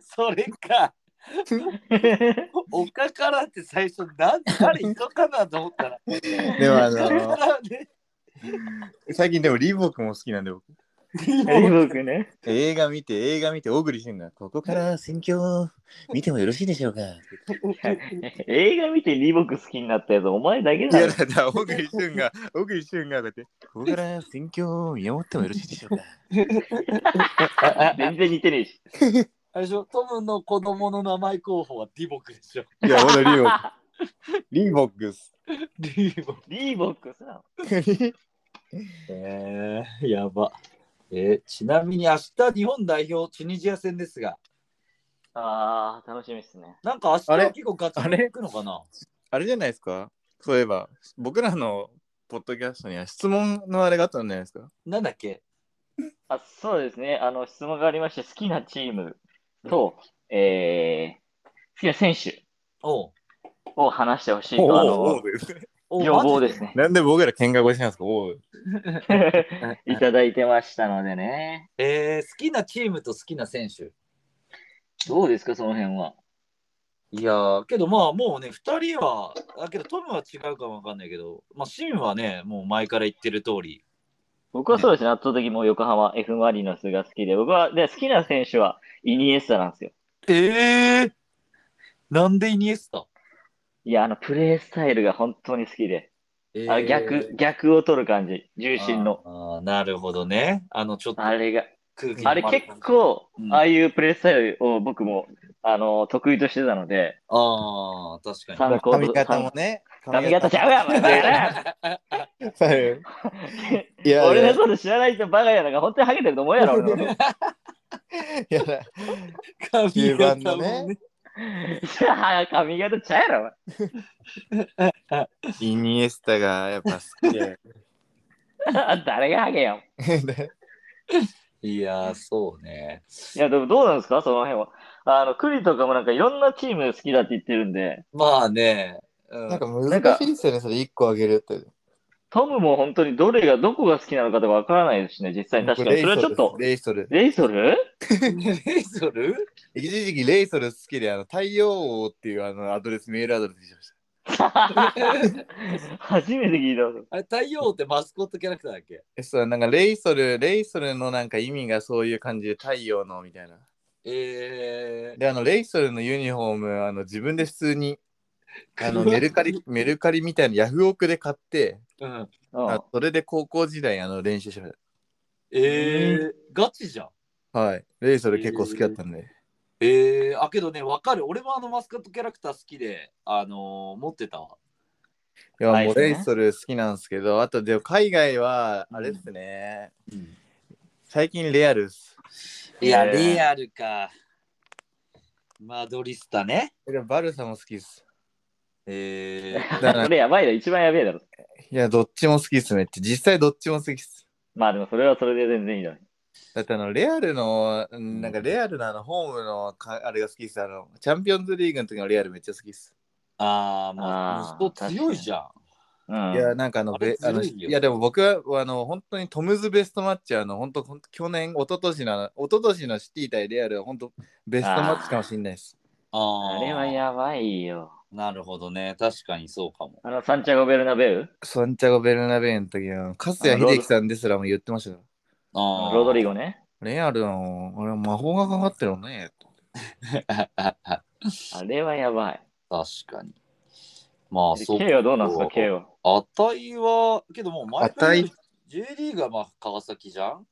Speaker 1: それか。丘からって最初何誰人かなと思ったら。
Speaker 3: でもあ
Speaker 1: 丘
Speaker 3: の、
Speaker 1: からね
Speaker 3: 最近でもリボックも好きなんで僕。
Speaker 4: 僕ね。
Speaker 3: 映画見て、映画見て、小栗旬が、ここから選挙を見てもよろしいでしょうか。い
Speaker 4: 映画見てリボック好きになったやつ、お前だけだ
Speaker 3: や、
Speaker 4: ろ。
Speaker 3: だから小栗旬が、小栗旬が、だって、ここから選挙を見守ってもよろしいでしょうか。
Speaker 4: 全然似てねえし。
Speaker 1: あれでしょトムの子供の名前候補はディボックでしょ。
Speaker 3: い *laughs* や、ほんとリボック。リボックス。
Speaker 1: ディボック。
Speaker 4: リーボックスなの。
Speaker 1: えー、やば。えーちなみに明日日本代表チュニジア戦ですが、
Speaker 4: ああ、楽しみっすね。
Speaker 1: なんか明日
Speaker 3: あ
Speaker 1: は
Speaker 3: れ
Speaker 1: 結構ガチで行くのかな
Speaker 3: あれじゃないですかそういえば、僕らのポッドキャストには質問のあれがあったんじゃないですか
Speaker 1: なんだっけ
Speaker 4: あそうですね。あの、質問がありまして、好きなチームと、えー、好きな選手
Speaker 1: おう
Speaker 4: を話してほしい
Speaker 3: お
Speaker 4: と、あ
Speaker 3: うお
Speaker 4: の
Speaker 3: う、ですね
Speaker 1: おう
Speaker 4: 要望
Speaker 1: マジ
Speaker 4: ですね。
Speaker 3: なんで僕ら喧嘩越しなんですかおう
Speaker 4: いただいてましたのでね。
Speaker 1: えー、好きなチームと好きな選手。
Speaker 4: どうですか、その辺は。
Speaker 1: いやー、けどまあもうね、2人は、あけどトムは違うかもわかんないけど、まあシンはね、もう前から言ってる通り。
Speaker 4: 僕はそうですね、圧倒的にもう横浜 F ・マリノスが好きで、僕はで好きな選手はイニエスタなんですよ。
Speaker 1: えー、なんでイニエスタ
Speaker 4: いや、あの、プレースタイルが本当に好きで、
Speaker 1: え
Speaker 4: あ
Speaker 1: ー
Speaker 4: 逆、逆を取る感じ、重心の。
Speaker 1: あーなるほどね。あの、ちょっと
Speaker 4: あれが、
Speaker 1: 空気
Speaker 4: あれ結構
Speaker 1: う、ん
Speaker 4: ああいうプレースタイルを僕も、あの、得意としてたので、
Speaker 1: ああ、確かに。
Speaker 4: 参考
Speaker 3: 髪型もね。
Speaker 4: 髪型ちゃうやん、お前だから
Speaker 3: はいいや、
Speaker 4: *laughs* 俺
Speaker 3: 俺
Speaker 4: のこと知らない人バカやなが本当にハゲてると思うやろ、俺のこ
Speaker 3: い
Speaker 4: と。
Speaker 3: やだ *laughs*
Speaker 1: 髪 *laughs* 型
Speaker 3: 型もね
Speaker 1: もね。
Speaker 4: いや、髪型ちゃうやろ、お前 *laughs*
Speaker 3: イニエスタがやっぱ好きで。
Speaker 4: 誰がハゲやん。
Speaker 1: いやー、そうね。
Speaker 4: いや、でもどうなんですか、その辺は。あの、クリとかもなんかいろんなチーム好きだって言ってるんで、
Speaker 1: まあね。うん *laughs*
Speaker 3: *laughs* なんか難しいですよね、それ1個あげるって。
Speaker 4: トムも本当にどれが、どこが好きなのかとかわからないですしね、実際に確かに。それはちょっと、
Speaker 3: レイソル。
Speaker 4: レイソル *laughs*
Speaker 1: レイソ
Speaker 3: *laughs*
Speaker 1: ル
Speaker 3: 一時期レイソル好きで、あの、太陽王っていうあのアドレス、メールアドレスにしまし
Speaker 4: 初めて聞いたこと。
Speaker 1: あれ、太陽ってマスコットキャラクターだっけ
Speaker 3: た。そう、なんかレイソル、レイソルのなんか意味がそういう感じで太陽のみたいな。
Speaker 1: えー、
Speaker 3: で、あの、レイソルのユニフォーム、あの、自分で普通に、あ *laughs* の、メルカリ、メルカリみたいなヤフオクで買って、
Speaker 1: うん。
Speaker 4: うん
Speaker 3: あそれで高校時代、あの、練習してまし
Speaker 1: えー、ガチじゃん。
Speaker 3: た。はい。レイソル結構好きだったんで。
Speaker 1: えー、あ、けどね、わかる。俺もあのマスコットキャラクター好きで、あのー、持ってたわ。
Speaker 3: いや、
Speaker 4: ナイ
Speaker 3: も
Speaker 4: ス
Speaker 3: う
Speaker 4: ね
Speaker 3: レイソル好きなんですけど、あとでも海外は、あれですね、
Speaker 1: うん
Speaker 3: 最近レアルっす。
Speaker 1: いや、
Speaker 4: えー
Speaker 1: レアルか。マドリスタね。
Speaker 3: でもバルサも好きっす。
Speaker 1: えー、
Speaker 3: だから
Speaker 4: それやばいだろ、一番やべえだろ。
Speaker 3: いや、どっちも好きっすねって、実際どっちも好きっす。
Speaker 4: まあでもそれはそれで全然いいじゃない。
Speaker 3: だってあの、レアルの、うんなんかレアルのあの、ホームのかあれが好きっす。あの、チャンピオンズリーグの時のレアルめっちゃ好きっす。
Speaker 1: あー、まあ、
Speaker 4: あー
Speaker 1: 息子強いじゃん。
Speaker 4: うん。
Speaker 3: いや、なんかあの、
Speaker 1: あれ
Speaker 3: べあの
Speaker 1: ずるいよ
Speaker 3: いや、でも僕は、あの、本当にトムズベストマッチ、あの、本当、本当去年、一昨年のあの、一昨年のシティ対レアルは、本当、ベストマッチかもしれないです。
Speaker 1: あー
Speaker 4: あれはやばいよ。
Speaker 1: なるほどね。確かにそうかも。
Speaker 4: あの、サンチャゴ・ベルナベウ
Speaker 3: サンチャゴ・ベルナベイの時の、カスヤ秀樹さんですらも言ってましたよ。
Speaker 1: あー
Speaker 4: ロドリゴね。
Speaker 3: レアルの、俺は魔法がかかってるのね。
Speaker 1: *laughs*
Speaker 4: あれはやばい。
Speaker 1: 確かに。まあ、
Speaker 4: で
Speaker 1: そう。
Speaker 4: K はどうなんですか、
Speaker 1: そう
Speaker 4: K は。
Speaker 1: 値は、けどもう毎回
Speaker 3: 値
Speaker 1: J リーグはまあ川崎じゃん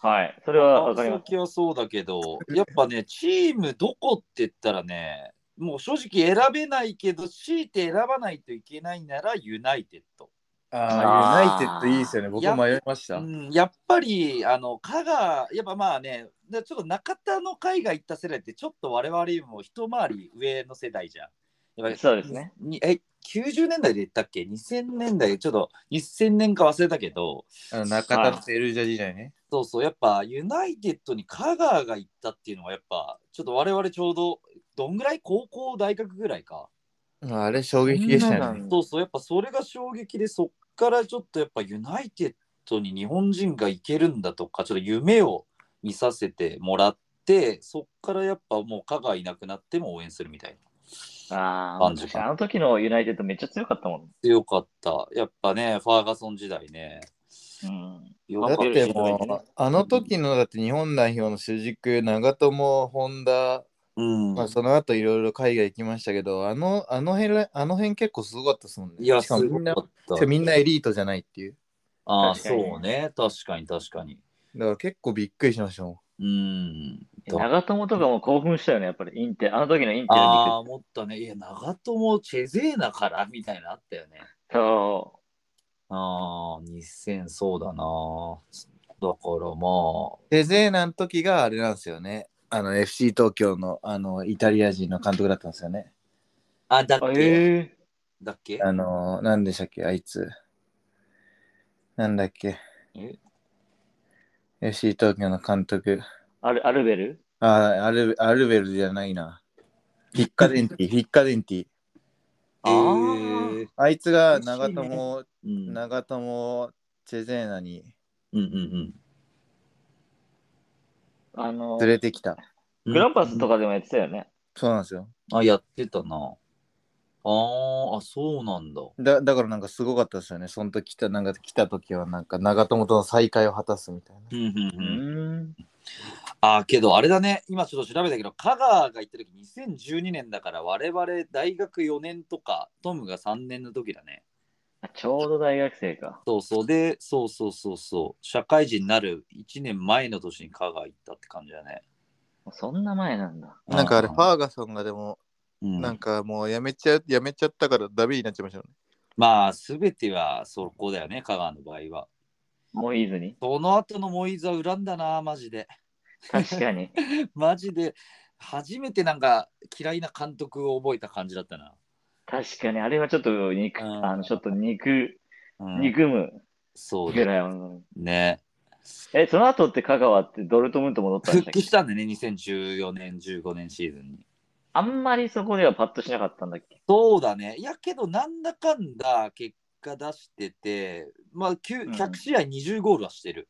Speaker 4: はい。それはわかり
Speaker 1: 川
Speaker 4: ます。
Speaker 1: 崎はそうだけど、やっぱね、チームどこって言ったらね、もう正直選べないけど、強いて選ばないといけないならユナイテッド。
Speaker 3: ああ、ユナ
Speaker 4: あー
Speaker 3: イテッドいいですよね。僕も迷いました。
Speaker 1: うん、やっぱり、あの、香川、やっぱまあね、でちょっと中田の海外行った世代って、ちょっと我々よりも一回り上の世代じゃん。やっぱり
Speaker 4: そうですね。
Speaker 1: にえ90年代で言ったっけ ?2000 年代、ちょっと1000年か忘れたけど、
Speaker 3: あの中田ってエルジャ時代ね。
Speaker 1: そうそう、やっぱユナイテッドに香川が行ったっていうのは、やっぱちょっと我々ちょうど、どんぐらい高校、大学ぐらいか。
Speaker 3: うんあれ衝撃でしたよね。
Speaker 1: そうそう、やっぱそれが衝撃で、そっからちょっとやっぱユナイテッドに日本人が行けるんだとか、ちょっと夢を見させてもらって、そっからやっぱもう香川いなくなっても応援するみたいな。
Speaker 4: あ
Speaker 1: 感じ
Speaker 4: あ、
Speaker 1: か
Speaker 4: あの時のユナイテッドめっちゃ強かったもん。
Speaker 1: 強かった。やっぱね、ファーガソン時代ね。
Speaker 4: うん。
Speaker 1: よ
Speaker 3: だ
Speaker 1: か
Speaker 3: っ
Speaker 1: った
Speaker 3: てもう、あの時のだって日本代表の主軸、長友、本田、
Speaker 1: うん
Speaker 3: まあ、その後いろいろ海外行きましたけど、あのあの辺あの辺結構すごかったですもんね。
Speaker 1: いや、
Speaker 3: し
Speaker 1: す
Speaker 3: かもみ
Speaker 1: ご
Speaker 3: ん
Speaker 1: か
Speaker 3: な
Speaker 1: っ
Speaker 3: しか
Speaker 1: た
Speaker 3: も。みんなエリートじゃないっていう。
Speaker 1: ああ、
Speaker 4: 確かに
Speaker 1: そうね。確かに、確かに。
Speaker 3: だから結構びっくりしましたもん。
Speaker 1: うん。
Speaker 4: 長友とかも興奮したよね、やっぱり。インテ、あの時のインテル
Speaker 1: ああ、
Speaker 4: に
Speaker 1: 思ったね。いや、長友、チェゼーナからみたいなのあったよね。
Speaker 4: そ
Speaker 1: ああ、2000、そうだな。だからま
Speaker 3: テゼーナの時があれなんですよね。あの FC 東京のあのイタリア人の監督だったんですよね。
Speaker 1: あ、あ、だっ
Speaker 4: う。
Speaker 1: け、
Speaker 4: ええ。
Speaker 1: だっけ
Speaker 3: あの、なんでしたっけ、あいつ。なんだっけ。
Speaker 1: え
Speaker 3: FC 東京の監督、
Speaker 4: アルアルベル
Speaker 5: あ、アルアルベルじゃないな。ヒッカデンテ
Speaker 3: *laughs*
Speaker 5: ィ、ヒッカデンティ。
Speaker 1: えー、
Speaker 5: あいつが
Speaker 3: 美味しいね
Speaker 5: 長友、
Speaker 1: うん。
Speaker 5: 長友、チェゼーナに
Speaker 1: うんうん
Speaker 4: あの、
Speaker 5: 連
Speaker 4: グ
Speaker 5: れてきた。
Speaker 1: うん。
Speaker 4: ランパスとかでもやってたよね。
Speaker 5: そうなんですよ。
Speaker 1: あ、やってたな。あーあ、そうなんだ。
Speaker 5: だだからなんかすごかったですよね。その時来た、なんか来た時はなんか長友との再会を果たすみたいな。
Speaker 1: うんうんうん。
Speaker 4: ん。
Speaker 1: あーけどあれだね、今ちょっと調べたけど、香川が行った時2012年だから、我々大学4年とか、トムが3年の時だね。
Speaker 4: ちょうど大学生か。
Speaker 1: そうそう、で、そうそうそうそう、社会人になる1年前の年に香川行ったって感じだね。
Speaker 4: そんな前なんだ。
Speaker 3: なんかあれ、
Speaker 1: う
Speaker 3: ファーガソンがでも、
Speaker 1: うん
Speaker 3: なんかもうやめちゃやめちゃったからダメになっちゃいましたよね。
Speaker 1: まあ、すべてはそこだよね、香川の場合は。
Speaker 4: もういいずに。
Speaker 1: その後のモイズは恨んだな、マジで。 *laughs*
Speaker 4: 確かに。
Speaker 1: マジで、初めてなんか嫌いな監督を覚えた感じだったな。
Speaker 4: 確かに、あれはちょっと肉、
Speaker 1: うん
Speaker 4: あの、ちょっと肉、
Speaker 1: うん
Speaker 4: 憎む
Speaker 1: そう
Speaker 4: ぐ
Speaker 1: だ
Speaker 4: らいの。
Speaker 1: ね。
Speaker 4: え、その後って香川ってドルトムント戻ったんでし
Speaker 1: 復
Speaker 4: たっ
Speaker 1: 帰
Speaker 4: け
Speaker 1: したんだよね、2014年、15年シーズンに。
Speaker 4: あんまりそこではパッとしなかったんだっけ
Speaker 1: そうだね。いやけど、なんだかんだ結果出してて、まあ、きゅう
Speaker 4: うん
Speaker 1: 100試合20ゴールはしてる。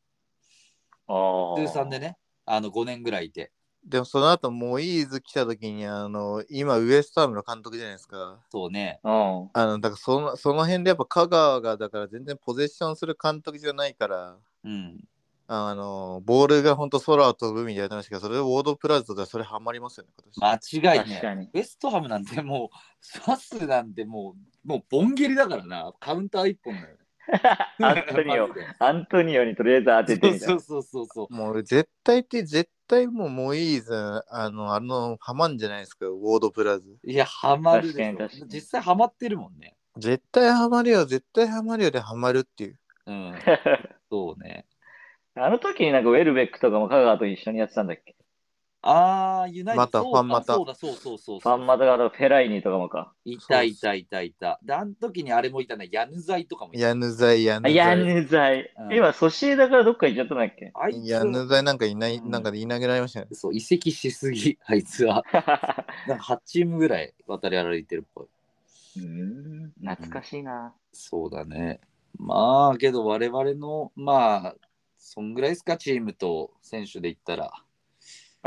Speaker 4: ああ。
Speaker 1: 通算で。ね、あの5年ぐらいいて。
Speaker 3: でもその後、モイーズ来た時に、あの、今、ウエストハムの監督じゃないですか。
Speaker 1: そうね。
Speaker 4: うん。
Speaker 3: あの、だからその、その辺でやっぱ香川が、だから全然ポゼッションする監督じゃないから、
Speaker 1: うん。
Speaker 3: あの、ボールが本当空を飛ぶみたいな話が、それでウォードプラザでそれハマりますよね、今年。
Speaker 1: 間違い
Speaker 4: 確か
Speaker 1: ね。
Speaker 4: に。
Speaker 1: ウェストハムなんてもう、サスなんてもう、もうボンゲリだからな。カウンター1本だよ。
Speaker 4: アントニ
Speaker 1: *laughs*
Speaker 4: オ
Speaker 1: マジで
Speaker 4: アントニオにとりあえず当ててみたい
Speaker 1: そ
Speaker 4: な
Speaker 1: う。そうそうそう。
Speaker 3: もう絶対って、絶対もうモイーズ、あの、あの、ハマんじゃないですか、ウォードプラザ。
Speaker 1: いや、ハマるで
Speaker 4: 確かに確
Speaker 1: し
Speaker 4: か
Speaker 1: ょ。
Speaker 4: に
Speaker 1: 実際ハマってるもんね。
Speaker 3: 絶対ハマるよ、絶対ハマるよでハマるっていう。
Speaker 4: *laughs*
Speaker 1: うん。そうね。
Speaker 4: あの時になんかウェルベックとかも香川と一緒にやってたんだっけ
Speaker 1: あー、ユナイテッド
Speaker 3: またファンまた
Speaker 1: そうだ、そうそうそう
Speaker 4: フ
Speaker 1: そう。
Speaker 4: ァンマとかあとフェライニとかもか。
Speaker 1: いたいたいたいた。で、あの時にあれもいたね、ヤヌザイとかもいた。
Speaker 3: ヤヌザイ、ヤ
Speaker 4: あ
Speaker 3: ヌザ
Speaker 4: ヤ
Speaker 3: イ。
Speaker 4: ヌザイ
Speaker 1: う。ん
Speaker 4: 今、ソシエダからどっか行っちゃったんだ
Speaker 1: *laughs*
Speaker 4: っけ
Speaker 1: あいつ
Speaker 3: ヤヌザイなんかいない、
Speaker 1: うん
Speaker 3: なんかでいなくなりましたね。
Speaker 1: そう、移籍しすぎ、あいつは。なんか8チームぐらい渡り歩いてるっぽい。
Speaker 4: うーん懐かしいな。
Speaker 1: そうだね。まあ、けど我々の、まあ、そんぐらいですか、チームと選手で言ったら。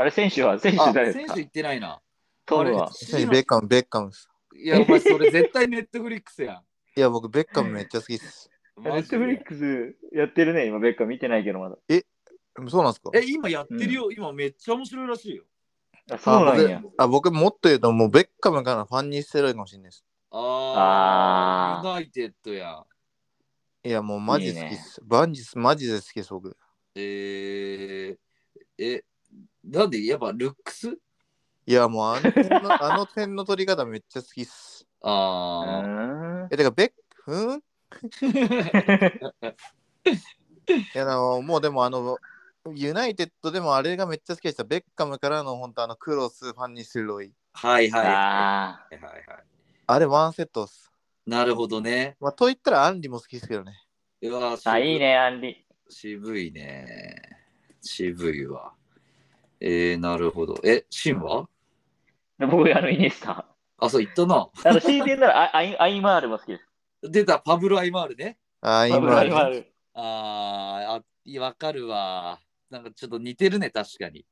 Speaker 4: あれ、選手は選手
Speaker 1: あ、
Speaker 4: 誰で
Speaker 1: 選
Speaker 4: すか
Speaker 1: 手行ってないな。
Speaker 4: トムは。
Speaker 1: あれ
Speaker 3: ベッカム、ベッカムです。
Speaker 1: いや、お前それ絶対ネットフリックスや
Speaker 3: いや、僕、ベッカムめっちゃ好きです。
Speaker 1: ん。
Speaker 4: ネ
Speaker 1: マ
Speaker 4: ッ
Speaker 1: ジで
Speaker 4: トフリックスやってるね、今、ベッカ見てないけどまだ。
Speaker 3: そうなんですか
Speaker 1: え、今やってるよ。今めっちゃ面白いらしいよ。
Speaker 4: あ、そうなんや
Speaker 3: あ。僕あ僕もっと言うと、もうベッカムからファンにしてるかもしれないです。
Speaker 1: あ
Speaker 4: あ
Speaker 1: あ、
Speaker 4: ー
Speaker 1: ユナイテッドやん。
Speaker 3: いや、もうマジ好き
Speaker 4: い
Speaker 3: で
Speaker 4: いね
Speaker 3: す。バンジス、マジで好きです、僕。
Speaker 1: えー、え、なんでやっぱルックス
Speaker 3: いや、もうあの点のあの点の取り方めっちゃ好きっす。
Speaker 4: う
Speaker 1: ああ、
Speaker 4: ーん
Speaker 3: え、てか、ベッ、ふーんいや、あのもうでも、あの、ユナイテッドでもあれがめっちゃ好きでした。ベッカムからの本当あのクロス、ファンにするロイ。
Speaker 1: はいはいは
Speaker 4: あ
Speaker 1: いはいはい。
Speaker 3: あれワンセットっす。
Speaker 1: なるほどね。
Speaker 3: まあ、と言ったらアンリも好きですけどね。
Speaker 1: うわ
Speaker 4: ーあ、いい。ね、アンリ。
Speaker 1: 渋いね。渋いわ。えー、なるほど。え、シンは
Speaker 4: 僕、あの、イニエスタ。
Speaker 1: あ、そう言ったな。
Speaker 4: あの、新鮮なら、あアイアイマールも好きです。
Speaker 1: 出た、パブロ・アイマールね。
Speaker 3: あー、
Speaker 4: パブロアイマ
Speaker 3: 今
Speaker 4: ー、ル。
Speaker 1: あーあ、わかるわ。なんかちょっと似てるね、確かに。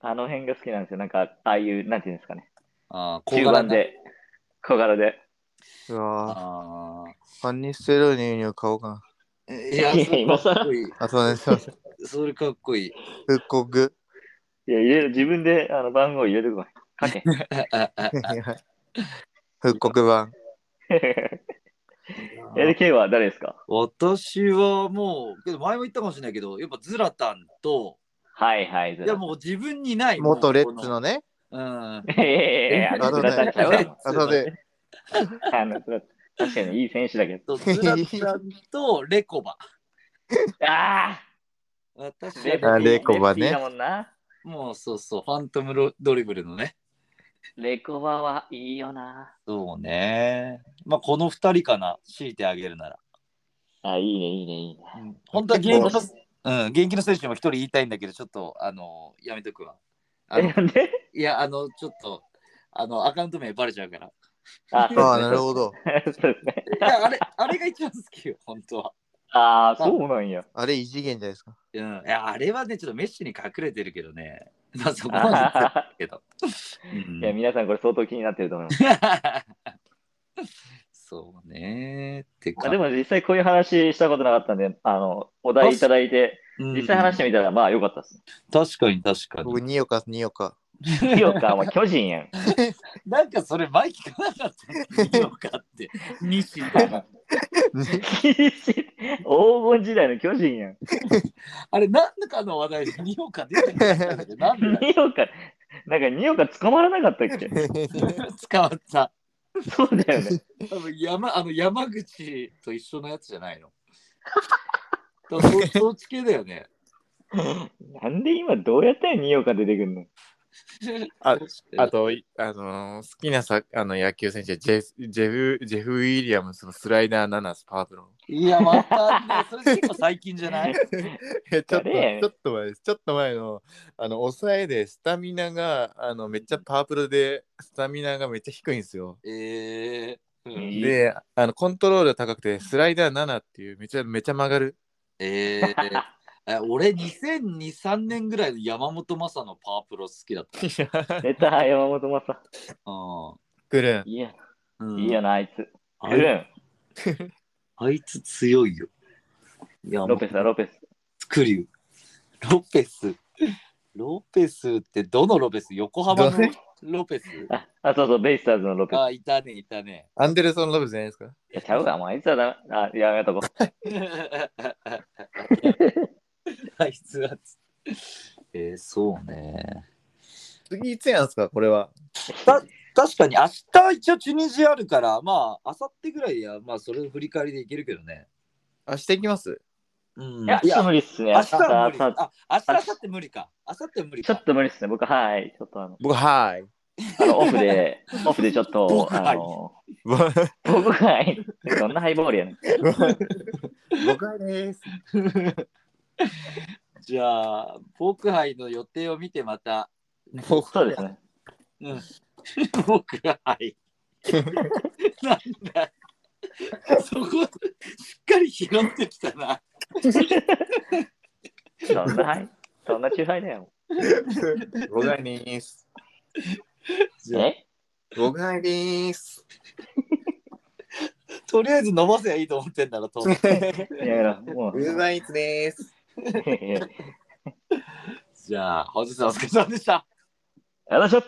Speaker 4: あの辺が好きなんですよ。なんか、ああいう、なんていうんですかね。
Speaker 1: ああ、
Speaker 4: 中盤。で、小柄で。
Speaker 3: うわ
Speaker 1: あ
Speaker 3: ーファンにしてるロイの買おうかな。
Speaker 1: あ。いや、
Speaker 4: いや
Speaker 1: それ
Speaker 4: 今
Speaker 1: か
Speaker 4: 更
Speaker 1: っこいい。
Speaker 3: あ、すいません、すいません。
Speaker 1: それかっこいい。
Speaker 3: 復刻。
Speaker 4: いや、入れる、自分であの番号入れてこい。書け。 *laughs*
Speaker 3: 復刻版。
Speaker 4: *laughs* LK は誰ですか
Speaker 1: 私はもう、けど前も言ったかもしれないけど、やっぱズラタンと、
Speaker 4: はいはい。
Speaker 1: いや
Speaker 4: *laughs*
Speaker 1: もう自分にない。
Speaker 3: 元レッツのね。
Speaker 1: もうこの。うん。
Speaker 4: う。いやいやいやいや、
Speaker 3: あと
Speaker 4: ズラタン
Speaker 3: ね、
Speaker 4: ちゃうわ
Speaker 3: あとね、
Speaker 4: あのズラ確かにいい選手だけ
Speaker 1: とズラタンとレコバ。
Speaker 4: ど。あ
Speaker 1: 私
Speaker 4: あ
Speaker 3: あ
Speaker 1: は
Speaker 3: レコバね
Speaker 4: レッティだもんな。
Speaker 1: もうそうそう、ファントムロドリブルのね。
Speaker 4: レコバはいいよな。
Speaker 1: そうね。まあこの二人かな、強いてあげるなら。
Speaker 4: あ、いいね、いいね、いいね。
Speaker 1: 本当は現役の、うん、現役の選手にも一人言いたいんだけど、ちょっと、あのやめとくわ。あの
Speaker 4: え、なんで
Speaker 1: いや、あの、ちょっと、あの、アカウント名バレちゃうから。
Speaker 4: あ
Speaker 3: ああ、なるほ
Speaker 4: ど。
Speaker 3: ど。
Speaker 4: *laughs* そうですね。
Speaker 1: いや、あれ、あれが一番好きよ、本当は。
Speaker 4: ああ、そうなんや。
Speaker 3: あれ異次元じゃないですか。
Speaker 1: うん。いや、あれはね、ちょっとメッシに隠れてるけどね。まあ、そこまで言ってない
Speaker 4: あ
Speaker 1: けど。
Speaker 4: *laughs* ーいや、皆さんこれ相当気になってると思います。
Speaker 1: *laughs* そうね。って
Speaker 4: ま
Speaker 1: か。
Speaker 4: あ、でも実際こういう話したことなかったんで、あの、お題いただいて、
Speaker 1: うん、
Speaker 4: 実際話してみたら、まあよかったです。
Speaker 1: 確かに確か
Speaker 3: 僕、
Speaker 1: に。
Speaker 3: ニオカ、ニオカ。
Speaker 4: 清川は巨人やん。
Speaker 1: なんかそれ前聞かなかったのか
Speaker 4: *laughs*
Speaker 1: って。西田が。
Speaker 4: 黄金時代の巨人
Speaker 1: *laughs*
Speaker 4: やん。
Speaker 1: あれ、なんだかの話題で二岡出てきたんだけど、なんで
Speaker 4: *laughs* 二岡、なんか二岡捕まらなかったっ
Speaker 1: *laughs*
Speaker 4: け
Speaker 1: 捕まった。
Speaker 4: そうだよね。
Speaker 1: 多分山あの山口と一緒のやつじゃ
Speaker 4: *laughs*
Speaker 1: ないの。多分そそっち系だよね。
Speaker 4: なんで今どうやったら二岡出てくんの
Speaker 3: あ *laughs* あと、いあのー好きなさあの野球選手はジェスジェフ、ジェフ・ウィリアムスのスライダー7スパーブ *laughs* ロ
Speaker 1: いや、またね、それ結構最近じゃ
Speaker 4: *laughs*
Speaker 1: ない
Speaker 3: ン。ちょっと、
Speaker 4: 誰
Speaker 3: ちょっと前です。ちょっと前の、あの、抑えでスタミナが、あの、めっちゃパープルで、スタミナがめっちゃ低いんですよ。
Speaker 1: えーうん
Speaker 4: いい
Speaker 3: で、あの、コントロール高くて、スライダー7っていう、めちゃめちゃ曲がる。 *laughs*
Speaker 1: えーえ俺2002、3年ぐらいの山本昌のパワープロ好きだった。
Speaker 4: 出た、山本昌。
Speaker 3: くるん。
Speaker 4: いいや、
Speaker 1: うん、
Speaker 4: いいよな、あいつ。
Speaker 1: あ
Speaker 4: グルーン、
Speaker 1: あいつ強いよ。いや、
Speaker 4: ロペスだ、ロペス。
Speaker 1: クリュー。ロペス。ロペスってどのロペス横浜の
Speaker 3: どれ
Speaker 1: ロペス
Speaker 4: あ、あそうそう、ベイスターズのロペス。
Speaker 1: あ、いたね、いたね。 *laughs*
Speaker 3: アンデルソン・ロブじゃないですか。
Speaker 4: いや、ちゃうわ、もうあいつはダメ。あ、やめとこう。
Speaker 1: あいつはつ。えー、そうね。
Speaker 3: 次、いつやんすか、これは。
Speaker 1: 確かに明日一応チュニジアあるから、まあ、明後日ぐらいや、まあ、それの振り返りでいけるけどね。
Speaker 3: 明日行きます
Speaker 1: うん、
Speaker 4: いや、ちょっと無理っすね。
Speaker 1: 明日は無理。
Speaker 4: 朝朝
Speaker 1: あ、明日、明後日無理か。明後日無理
Speaker 4: ちょ
Speaker 1: か
Speaker 4: っ。と無理っすね。僕、はい。ちょっとあの、
Speaker 3: 僕、はー *laughs* い。
Speaker 4: あのオフ
Speaker 1: *laughs*
Speaker 4: で、オフでちょっと、
Speaker 1: 僕は
Speaker 4: あ
Speaker 1: い
Speaker 4: の、僕はい。どんなハイボールやねん。
Speaker 3: 僕はです。
Speaker 1: じゃあ、僕杯の予定を見てまた。
Speaker 3: 僕
Speaker 4: そうですね。
Speaker 1: うん。僕杯。 *laughs* なんだ。そこ、しっかり拾ってきたな。
Speaker 4: どんなハイどんなチューハイだよ。
Speaker 3: 僕はです。
Speaker 1: じゃあ
Speaker 4: え
Speaker 3: 僕はです。
Speaker 1: とりあえず伸ばせばい *laughs* いと思ってんだろ、と。
Speaker 4: いやいや、もう。
Speaker 3: う *laughs*
Speaker 4: *laughs*
Speaker 3: まいつです。
Speaker 4: いやいや
Speaker 1: じゃあ、本日はお疲れ様でした。
Speaker 4: やだしょ